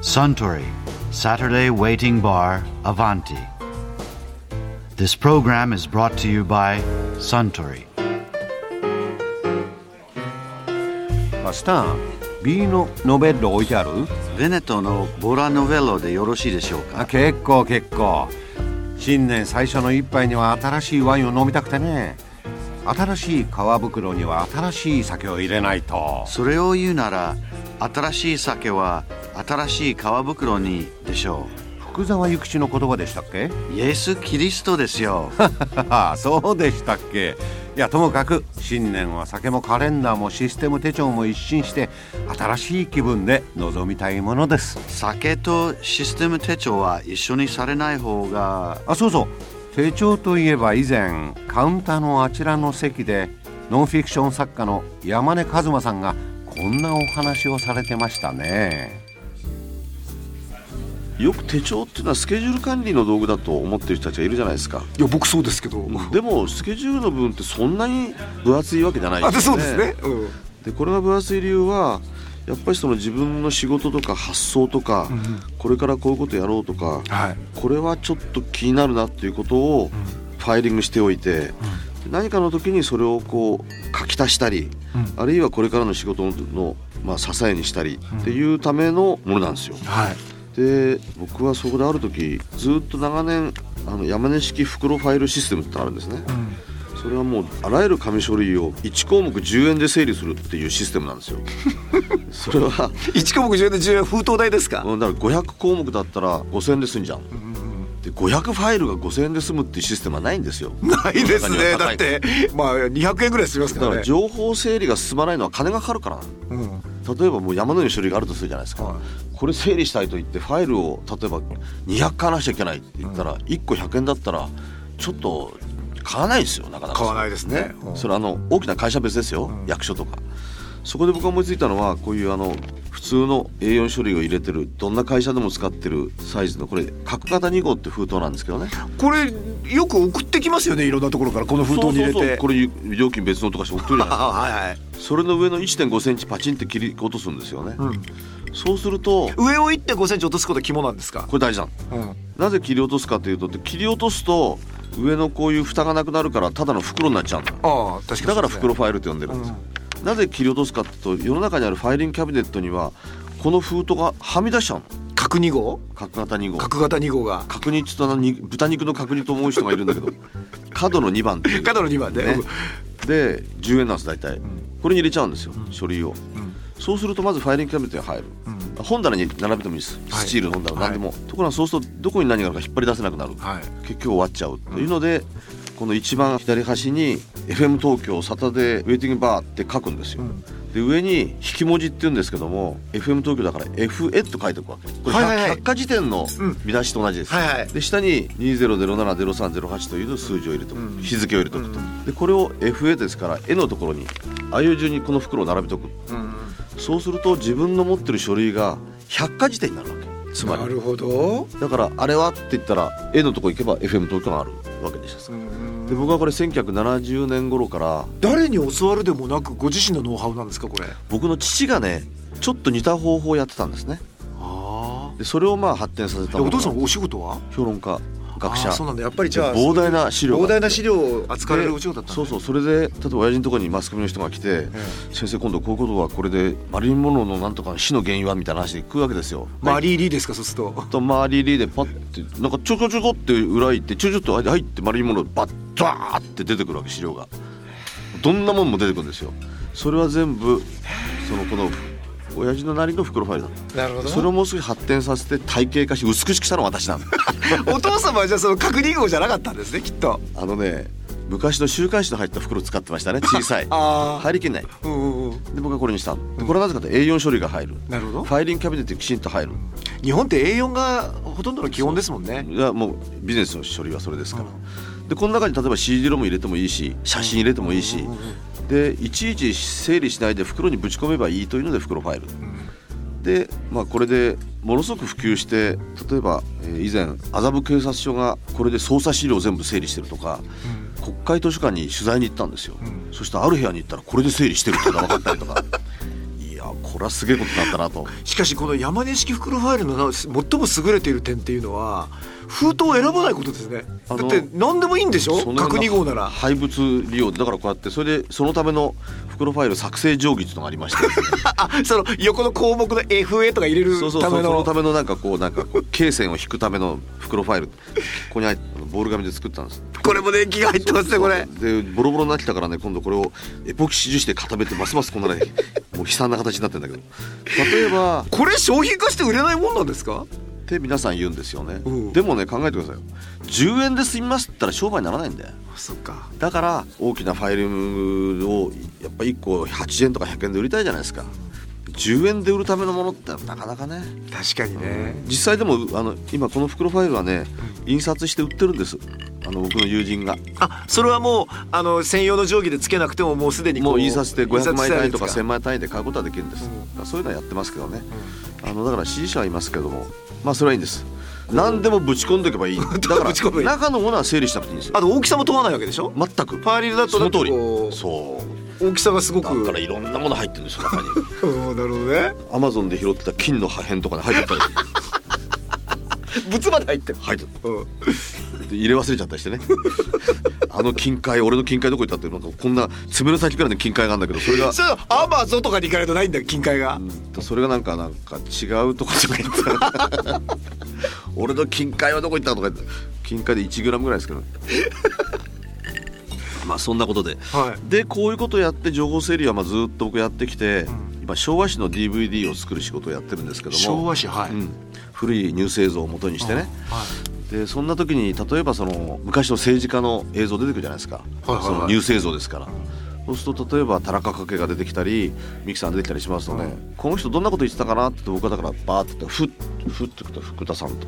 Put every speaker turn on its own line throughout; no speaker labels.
Suntory, Saturday Waiting Bar, Avanti. This program is brought to you by Suntory.
マスター B のノベッロ置いてある
ベネトのボラノベロでよろしいでしょう
あ
か
結構結構新年最初の一杯には新しいワインを飲みたくてね新しい皮袋には新しい酒を入れないと
それを言うなら新しい酒は新しい皮袋にでしょ
福沢諭吉の言葉でしたっけ
うイエス・キリストですよ
ああそうでしたっけいやともかく新年は酒もカレンダーもシステム手帳も一新して新しい気分で臨みたいものです
酒とシステム手帳は一緒にされない方が
あそうそう手帳といえば以前カウンターのあちらの席でノンフィクション作家の山根和馬さんがこんなお話をされてましたね
よく手帳っていうのはスケジュール管理の道具だと思ってる人たちがいるじゃないですか
いや僕そうですけど、
でもスケジュールの部分ってそんなに分厚いわけじゃない
あでそうですね、うん
でこれが分厚い理由はやっぱりその自分の仕事とか発想とか、これからこういうことやろうとか、
はい
これはちょっと気になるなっていうことをファイリングしておいて、何かの時にそれをこう書き足したり、あるいはこれからの仕事の、まあ、支えにしたりっていうためのものなんですよ。
はい
で僕はそこである時ずっと長年あの山根式袋ファイルシステムってのあるんですね、それはもうあらゆる紙書類を1項目10円で整理するっていうシステムなんですよそれは
1項目10円で10円封筒代ですか
うんだから500項目だったら5,000円で済んじゃう、で500ファイルが5,000円で済むっていうシステムはないんですよ
ないです
世の中に
ね
は高
だ
い
ってまあ200円ぐらいしますか
だからら
ね
情報整理が進まないのは金がかかるからなん
うん
例えばもう山のように書類があるとするじゃないですか、
はい
これ整理したいと言ってファイルを例えば200買わなくちゃいけないって言ったら1個100円だったらちょっと買わないですよなかなか
買わないですね、うん
それあの大きな会社別ですよ、役所とかそこで僕が思いついたのはこういうあの普通の A4 書類を入れてるどんな会社でも使ってるサイズのこれ角型2号って封筒なんですけどね
これよく送ってきますよねいろんなところからこの封筒に入れて
そうそうそうこれ料金別のとかして送ってるじゃないですか
あはいはい
それの上の1.5センチパチンって切り落とすんですよね、そうすると
上を1.5センチ落とすことは肝なんですか、
これ大事なの
うん、
なぜ切り落とすかというとで切り落とすと上のこういう蓋がなくなるからただの袋になっちゃうんだ
ああ確かに
だから袋
そう
ファイルって呼んでるんですよ、なぜ切り落とすかっていうと世の中にあるファイリングキャビネットにはこの封筒がはみ出しちゃうの
ですね角2号
角型2号
角型2号が
角煮って言ったらに豚肉の角煮と思う人がいるんだけ ど角の2番っていう
角の2番で、
ねで10円なんです大体、これに入れちゃうんですよ、書類を、そうするとまずファイリングキャビネットに入る、本棚に並べてもいいですスチールの本棚何でも、ところがそうするとどこに何があるか引っ張り出せなくなる、
はい
結局終わっちゃうというので、この一番左端に「FM 東京サタデーウェイティングバー」って書くんですよ、で上に引き文字って言うんですけども FM 東京だから FA と書いておくわけこれ
はい
百,、
はいはい
科事典の
うん
見出しと同じです、
はいはい
で下に20070308という数字を入れておく、
うん
日付を入れておくと、でこれを FA ですから A のところにああいう順にこの袋を並べておく
うん
そうすると自分の持ってる書類が百科事典になるわけつま
な
り
るほど、
だからあれはって言ったら A のとこ行けば FM 東京があるわけでした
うん
で僕はこれ1970年頃から
誰に教わるでもなくご自身のノウハウなんですかこれ
僕の父がねちょっと似た方法をやってたんですね
あ
でそれをまあ発展させ
あ
たも
お
の
父さんお仕事は
評論家学者
あーそうなんだやっぱり
で
じゃあ
膨大な資料が
膨大な資料を扱われるお仕事だったんだ
そうそうそれで例えば親父のところにマスコミの人が来て、先生今度こういうことはこれでマリリン・モンローのなんとかの死の原因はみたいな話で来るわけですよ。
マリー・リーですかそうすると
とマーリー・リーでパッてなんかちょこちょこって裏行ってちょちょっと入ってマリリン・モンローバッダーって出てくるわけ資料がどんなもんも出てくるんですよそれは全部そのこの親父のなりの袋ファイルだ
なるほ
それをもう少し発展させて体系化し美しくしたの は私なんだ
お父様はじゃあその確認号じゃなかったんですねきっと
あのね昔の週刊誌の入った袋使ってましたね小さい
ああ
入りきんない
うんうんうん
で僕はこれにしたのでこれはなぜかというと A4 処理が入る
なるほど
ファイリングキャビネットにきちんと入る
日本って A4 がほとんどの基本ですもんね
いやもうビジネスの処理はそれですから、でこの中に例えば CD ロム入れてもいいし写真入れてもいいし、でいちいち整理しないで袋にぶち込めばいいというので袋ファイル、で、まあ、これでものすごく普及して例えば、えー以前麻布警察署がこれで捜査資料を全部整理してるとか、国会図書館 に取材に行ったんですよ、そしてある部屋に行ったらこれで整理してるっていうのが分かったりとかいやこれれはすげえことになったなと
しかしこの山根式袋ファイルのな最も優れている点っていうのは封筒を選ばないことですね
あ
だっ
の
て何でもいいんでしょ
その
角
辺
2
の
号なら
廃物利用でだからこうやってそれでそのための袋ファイル作成定規っていうのがありま してですね
あその横の項目の FA とか入れる
そうそう
た
そ
め
うその
の
ためのなんかこうなんかこう罫線を引くための袋ファイルここにあのボール紙で作ったんです
これも年季が入ってますねこれ
でボロボロになってきたからね今度これをエポキシ樹脂で固めてますますこんなね もう悲惨な形になってんだけど例えば
これ商品化して売れないもんなんです
っ
か
て皆さん言うんですよね、
うん
でもね考えてくださいよ10円で済みますって言ったら商売にならないんだよ
そっか
だから大きなファイルをやっぱ1個8円とか100円で売りたいじゃないですか10円で売るためのものってなかなかね
確かにね
実際でもあの今この袋ファイルはね印刷して売ってるんですあの僕の友人が
あそれはもうあの専用の定規でつけなくてももうすでにこ
もう印刷して500枚単位とか
印刷した
1000
や
枚単位で買うことはできるんです、だからそういうのはやってますけどね
つ、
あのだから支持者はいますけどもまあそれはいいんです何でもぶち込んでいけばいいだ
どう
から
ぶち込めばいい
中のものは整理しなくていいんですよ
あと大きさも問わないわけでしょ
全く
ファイルだと
そ
なん
の通
か
り
こう
そう
大きさがすごく
だからいろんなもの入ってるんですよ中に
うんなるほどね
アマゾンで拾ってた金の破片とかね入 ってたり
物まで入ってる、
入ってた
うん、
で入れ忘れちゃったりしてねあの金塊俺の金塊どこ行ったってなんかこんな爪の先くらいの金塊があるんだけ どそれが
それはアマゾンとかに行かないとないんだよ金塊が、
うんそれがなんかなんか違うとことか言ってた俺の金塊はどこ行ったとか言って金塊で1グラムぐらいですけどね まあそんなことで、
は
でこういうことをやって情報整理はまあずっと僕やってきて、今昭和史の DVD を作る仕事をやってるんですけども
昭和史はい
うん古いニュース映像を元にしてね、でそんな時に例えばその昔の政治家の映像出てくるじゃないですか、
はいはい
そのニュース映像ですから、そうすると例えば田中角栄が出てきたり三木さん出てきたりしますとね、この人どんなこと言ってたかなって僕はだからバーってふっふってくと福田さんと。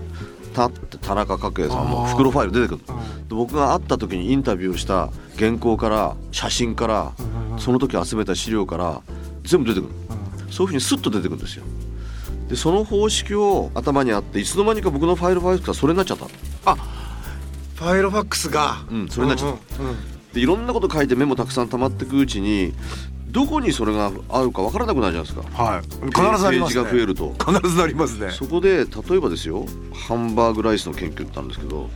たって田中角栄さんも袋ファイル出てくるで僕が会った時にインタビューした原稿から写真からその時集めた資料から全部出てくるそういうふうにスッと出てくるんですよでその方式を頭にあっていつの間にか僕のファイルファイルがそれになっちゃった
ファイロファックスが、、
うんそれになっちゃった
うんうん
でいろんなこと書いてメモたくさん溜まっていくうちにどこにそれがあるかわからなくなるじゃないですか
はい必ずあります
ペ
ね
ージが増えると
必ずありますね
そこで例えばですよハンバーグライスの研究ってあるんですけど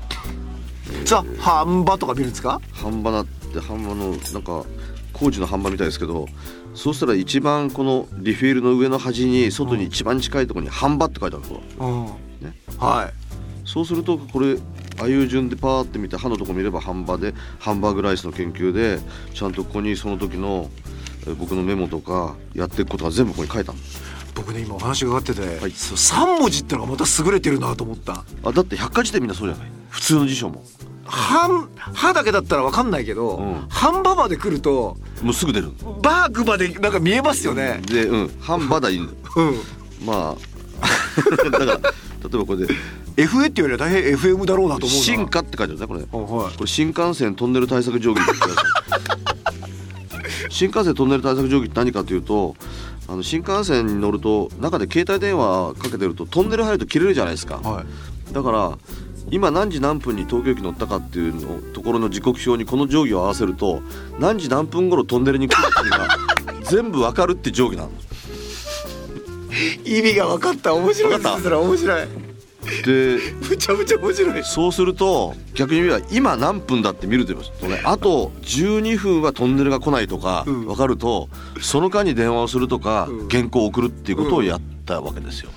さあ半ばとか見るんですか
半端なって半端のなんか工事の半端みたいですけどそうしたら一番このリフィールの上の端に外に一番近いところに半端って書いてあると
うん、
ね
はい
そうするとこれああいう順でパーって見て歯のとこ見ればハンバーでハンバーグライスの研究でちゃんとここにその時のえー僕のメモとかやっていくことが全部ここに書いたの
僕ね今お話伺ってて、
はい
そう三文字ってのがまた優れてるなと思った
あだって百科事典みんなそうじゃない普通の辞書も
半歯だけだったらわかんないけど、
うん
半ばまで来ると
もうすぐ出る
バークまでなんか見えますよね
でうん半端だいいの
うん
まあ だから例えばこ れで
FA って言われたら大変 FM だろうなと思うな
進化って書いてあるねこれ
あ
こ
はい
れ新幹線トンネル対策定規って書いてある新幹線トンネル対策定規って何かというとあの新幹線に乗ると中で携帯電話かけてるとトンネル入ると切れるじゃないですか、
はい
だから今何時何分に東京駅乗ったかっていうのところの時刻表にこの定規を合わせると何時何分頃トンネルに来るっていうのが全部わかるって定規 なの。
意味が分かった面白いです
わかった
ねそれ面白い
で
むちゃむちゃ面白い
そうすると逆に言えば今何分だって見ると言いますとねあと12分はトンネルが来ないとか
ん
分かるとその間に電話をするとか
うん
原稿を送るっていうことをやったわけですよ。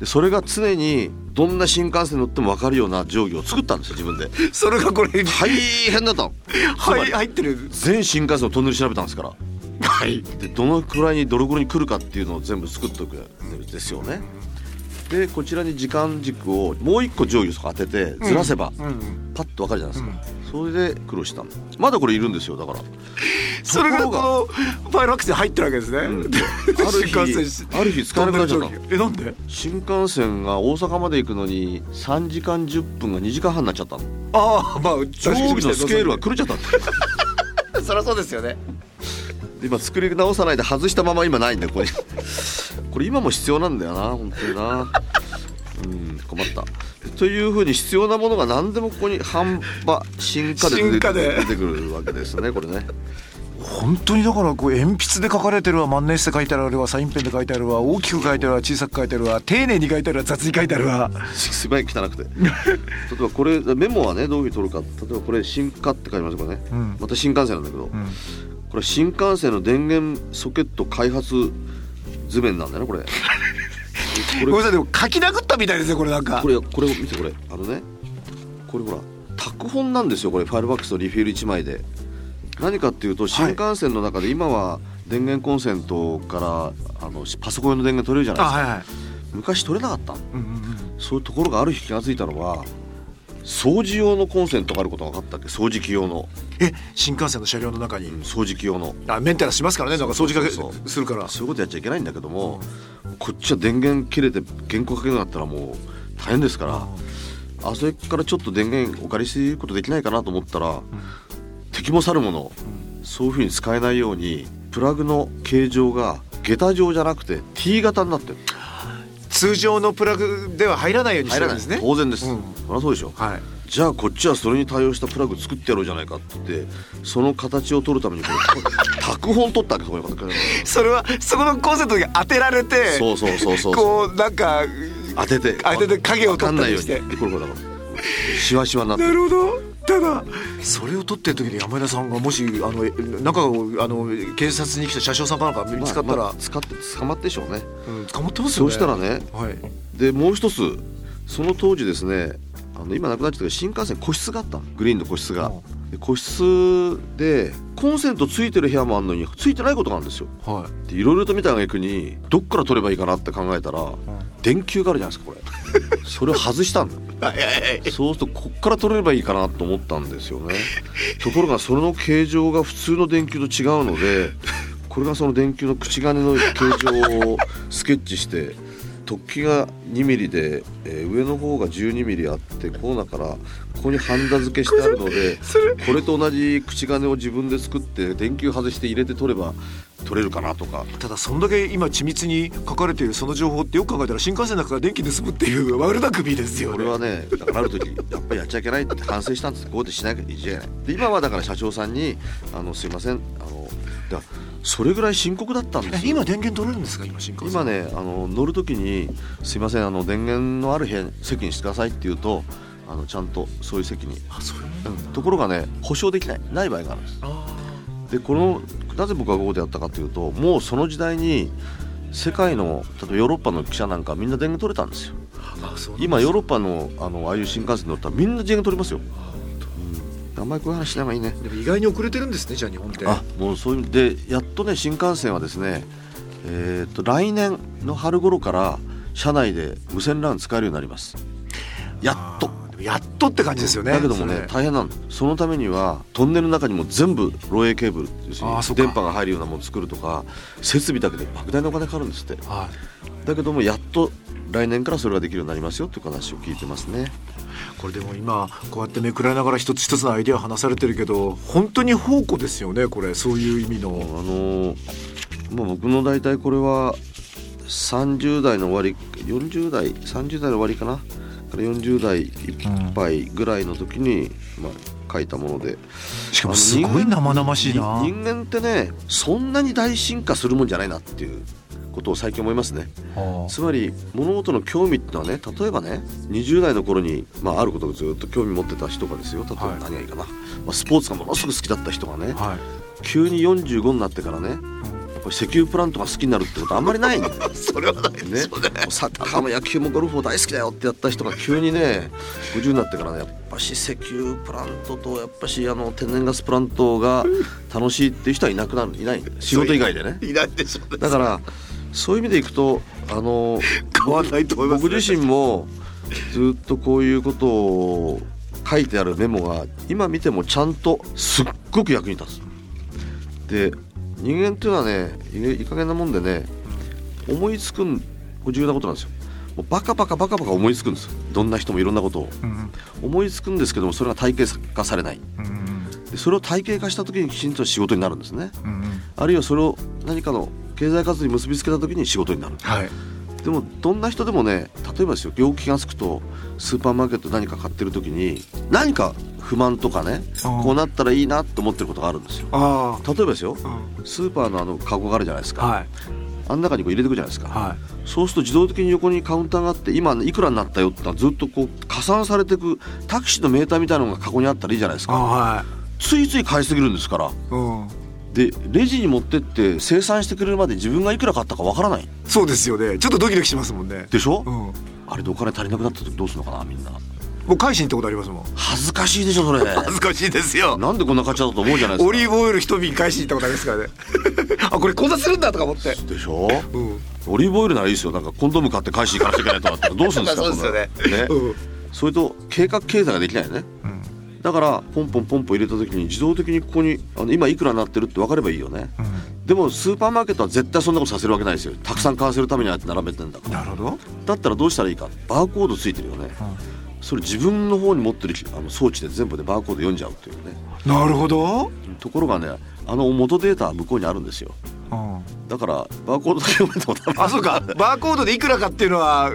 でそれが常にどんな新幹線に乗っても分かるような定規を作ったんですよ自分で。
それがこれ
大変だった のつま
はい
り
入ってる
全新幹線のトンネル調べたんですから。
はい
でどのくらいにどの頃に来るかっていうのを全部作っておくんですよね。でこちらに時間軸をもう一個定規を当ててずらせば、
うん
パッとわかるじゃないですか、それで苦労したのまだこれいるんですよだから
それが
と
こ
ころが
のファイルアクセに入ってるわけですね、
ん
新幹線し
ある日使わなくなっちゃった
えなんで
新幹線が大阪まで行くのに3時間10分が2時間半になっちゃったの
ああまあ
定規のスケールは狂っちゃったんだよ
そりゃそうですよね
で今作り直さないで外したまま今ないんだよこれこれ今も必要なんだよな本当になうん困ったというふうに必要なものが何でもここに半端進化で出
進
て
化
く
で
る出てくるわけですねこれね
本当にだからこう鉛筆で書かれてるわ万年筆で書いてあるわサインペンで書いてあるわ大きく書いてあるわ小さく書いてあるわ丁寧に書いてあるわ雑に書いてあるわ
すごい汚 くて例えばこれメモはねどういうふうに取るか例えばこれ新化って書いてますからね、
うん
また新幹線なんだけど、
ん
これ新幹線の電源ソケット開発図面なんだよ ねこれこれ
ごめんなさいでも書き殴ったみたいですよこれなんか
これこれを見てこれあのねこれほら拓本なんですよこれファイルバックスとリフィール1枚で何かっていうと新幹線の中で今は電源コンセントからあのパソコン用の電源取れるじゃない
あ
ですか
はいはい
昔取れなかったの
うんうんうん
そういうところがある日気が付いたのは掃除用のコンセントがあることが分かったっけ掃除機用の、
え新幹線の車両の中に、
うん掃除機用の
あメンテナンスしますからねなんか掃除かけ
そう
するから
そういうことやっちゃいけないんだけども、こっちは電源切れて原稿かけなかったらもう大変ですから、あそれからちょっと電源お借りすることできないかなと思ったら、敵も去るもの、そういうふうに使えないようにプラグの形状が下駄状じゃなくて T 型になってる
通常のプラグでは入らないようにし
入
てる
ら
ん
ない
ですね
当然です、
うん
そりゃそうでしょ、
はい
じゃあこっちはそれに対応したプラグ作ってやろうじゃないかって言ってその形を取るためにこれ拓本取ったわけそこに
それはそこのコンセントに当てられて
そうそうそうそう
こうなんか
当てて
当てて影を取ったり
わ
し
かんないよ
て
うにこれこれだからシワシワになって
な
る
るほどただそれを撮ってる時に山田さんがもしあのえ中をあの警察に来た車掌さんかなんか見つかったら、
まあまあ使って捕まってでしょうね
うん、捕まってますよ
そ
ね
うしたらね
はい
でもう一つその当時ですねあの今なくなっちゃったけど新幹線個室があったのグリーンの個室が、で個室でコンセントついてる部屋もあるのについてないことがあるんですよ
はい
でいろいろと見た挙句にどっから取ればいいかなって考えたら、電球があるじゃないですかこ れそれを外したんだそうするとこっから取れればいいかなと思ったんですよ ねところがそれの形状が普通の電球と違うのでこれがその電球の口金の形状をスケッチ して突起が2ミリで、えー上の方が12ミリあってコーナーからここにハンダ付けしてあるの でこれと同じ口金を自分で作って電球外して入れて取れば取れるかなとか
ただそんだけ今緻密に書かれているその情報ってよく考えたら新幹線の中から電気盗むっていう悪巧みですよね
これはねだからある時やっぱりやっちゃいけないって反省したんですこうやってしなきゃいけないで今はだから社長さんに「あのすいませんあのだそれぐらい深刻だったんで
え
すよ
今電源取れるんですか今新幹線
今ねあの乗る時に「すいませんあの電源のある部屋席にしてください」って言うとあのちゃんとそういう席に、
あそういうもんだ
うんところがね保証できないない場合があるんです
あ
でこのなぜ僕がここでやったかというともうその時代に世界の例えばヨーロッパの記者なんかみんな電源取れたんですよ
ーあそうなんだ
今ヨーロッパのあのああいう新幹線乗ったらみんな電源取りますようんあんまりこういう話しない方がいいね
でも意外に遅れてるんですねじゃあ日本って
あもうそういうでやっとね新幹線はですねえー、と来年の春頃から車内で無線 LAN 使えるようになりますやっと
でもやっとって感じですよね
だけども
そ
ね
れ
大変なのそのためにはトンネルの中にも全部漏洩ケーブル要する
あー
に
そっか
電波が入るようなものを作るとか設備だけで莫大なお金かかるんですって
はい
だけどもやっと来年からそれができるようになりますよっていう話を聞いてますね
これでも今こうやってめくらいながら一つ一つのアイデアを話されてるけど本当に宝庫ですよねこれそういう意味
あ
の
のーまあ、僕の大体これは30代の終わり40代30代の終わりかなから40代いっぱいぐらいの時に、まあ、書いたもので
し
あの
かもすごい
人間
生々しいな
人人間ってねそんなに大進化するもんじゃないなっていうことを最近思いますねつまり物事の興味ってのはね例えばね20代の頃に、まあ、あることをずっと興味持ってた人がですよ例えば
はい
何がいいかな、まあ、スポーツがものすごく好きだった人がね、
は
急に45になってからねやっぱり石油プラントが好きになるってことあんまりないんだよ
それはない
ねもうサッカーも野球もゴルフも大好きだよってやった人が急にね50になってからねやっぱし石油プラントとやっぱしあの天然ガスプラントが楽しいっていう人はいなくなるい ない仕事以外でね
いないでしょうね
だからそういう意味でいくとあの
変わらないと思いますね
僕自身もずっとこういうことを書いてあるメモが今見てもちゃんとすっごく役に立つ。で人間っていうのはねいいい加減なもんでね思いつくんこれ重要なことなんですよ。もうバカバカバカバカ思いつくんですよどんな人もいろんなことを、思いつくんですけどもそれが体系化されない、でそれを体系化した時にきちんと仕事になるんですね、あるいはそれを何かの経済活動に結びつけた時に仕事になる
はい
でもどんな人でもね例えばですよ病気がつくとスーパーマーケット何か買ってる時に何か不満とかね
うん
こうなったらいいなと思ってることがあるんですよ
あ
例えばですよ
あ、うん、
スーパーのあのカゴがあるじゃないですか、
はい
あん中にこう入れていくじゃないですか、
は
そうすると自動的に横にカウンターがあって今いくらになったよってのはずっとこう加算されていくタクシーのメーターみたいなのがカゴにあったらいいじゃないです
あ
か
は
ついつい買いすぎるんですから
い、うん、
でレジに持ってって生産してくれるまで自分がいくら買ったかわからない
そうですよねちょっとドキドキしますもんね
でしょ、
うん
あれでお金足りなくなった時どうするのかなみんな
僕改心ってことありますもん
恥ずかしいでしょそ れ
恥ずかしいですよ
なんでこんな買っちゃったと思うじゃないです
オ
か
リーブオイル一瓶返しに行ったことありますからねあこれ口座するんだとか思って
でしょ
うん
オリーブオイルならいいですよなんかコンドーム買って返しに行かなきゃいけないとかってどうするんですか
そうですよね
そんなね
うん
それと計画経済ができないよね、だからポンポンポンポン入れた時に自動的にここにあの今いくらになってるって分かればいいよね、でもスーパーマーケットは絶対そんなことさせるわけないですよたくさん買わせるためにああやって並べてんだから
なるほど
だったらどうしたらいいかバーコードついてるよね、それ自分の方に持ってるあの装置で全部でバーコード読んじゃうっていうね
なるほど、
ところがねあの元データは向こうにあるんですよ
うん、
だからバーコードだけ読めてもダメ
あそうかバーコードでいくらかっていうのは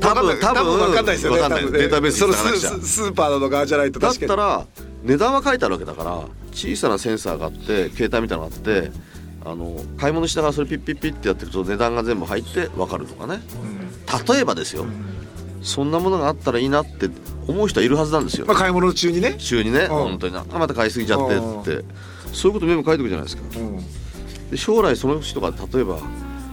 多分
多分
多分
分かんないですよね
わかんない
多分ね
データベース
そ
につ
の
ながなくちゃ
ススーパーなのかじゃないと
だっ
確かに
たら値段は書いてあるわけだから小さなセンサーがあって携帯みたいなのがあってあの買い物しながらそれピッピッピッってやってると値段が全部入って分かるとかね例えばですよそんなものがあったらいいなって思う人はいるはずなんですよ
まあ、買い物中にね、
週にね本当になあまた買いすぎちゃってってそういうことメモ書いておくじゃないですか
うん、
で将来その人が例えば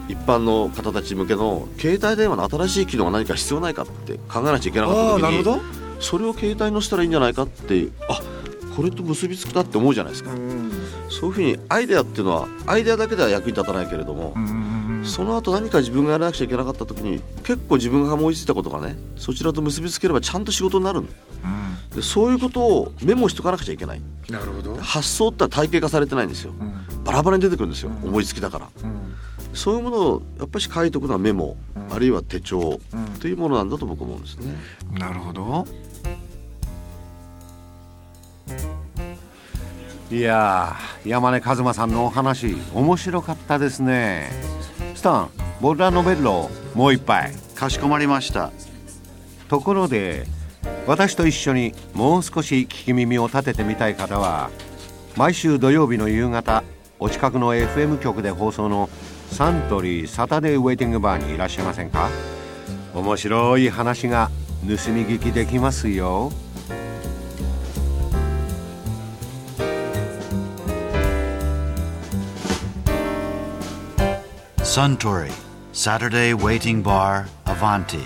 一般の方たち向けの携帯電話の新しい機能が何か必要ないかって考えなきゃいけなか
あ
っ
あ
た
な
時
るほ
に
ど、
それを携帯に載せたらいいんじゃないかってあこれと結びつくなって思うじゃないですか、
うん
そういうふうにアイデアっていうのはアイデアだけでは役に立たないけれども、その後何か自分がやらなくちゃいけなかった時に結構自分が思いついたことがねそちらと結びつければちゃんと仕事になるんだでそういうことをメモしとかなくちゃいけない
なるほど、
発想ってのは体系化されてないんですよバラバラに出てくるんですよ思いつきだからそういうものをやっぱり書いておくのはメモあるいは手帳というものなんだと僕思うんですね
なるほど
いやー山根和馬さんのお話面白かったですねスタンボルダノベッロもう一杯
かしこまりました
ところで私と一緒にもう少し聞き耳を立ててみたい方は毎週土曜日の夕方お近くの FM 局で放送のサントリーサタデーウェイティングバーにいらっしゃいませんか面白い話が盗み聞きできますよ
Suntory, Saturday Waiting Bar, Avanti.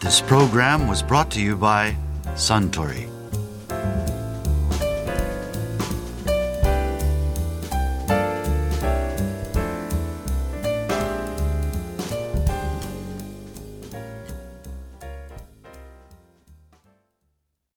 This program was brought to you by Suntory.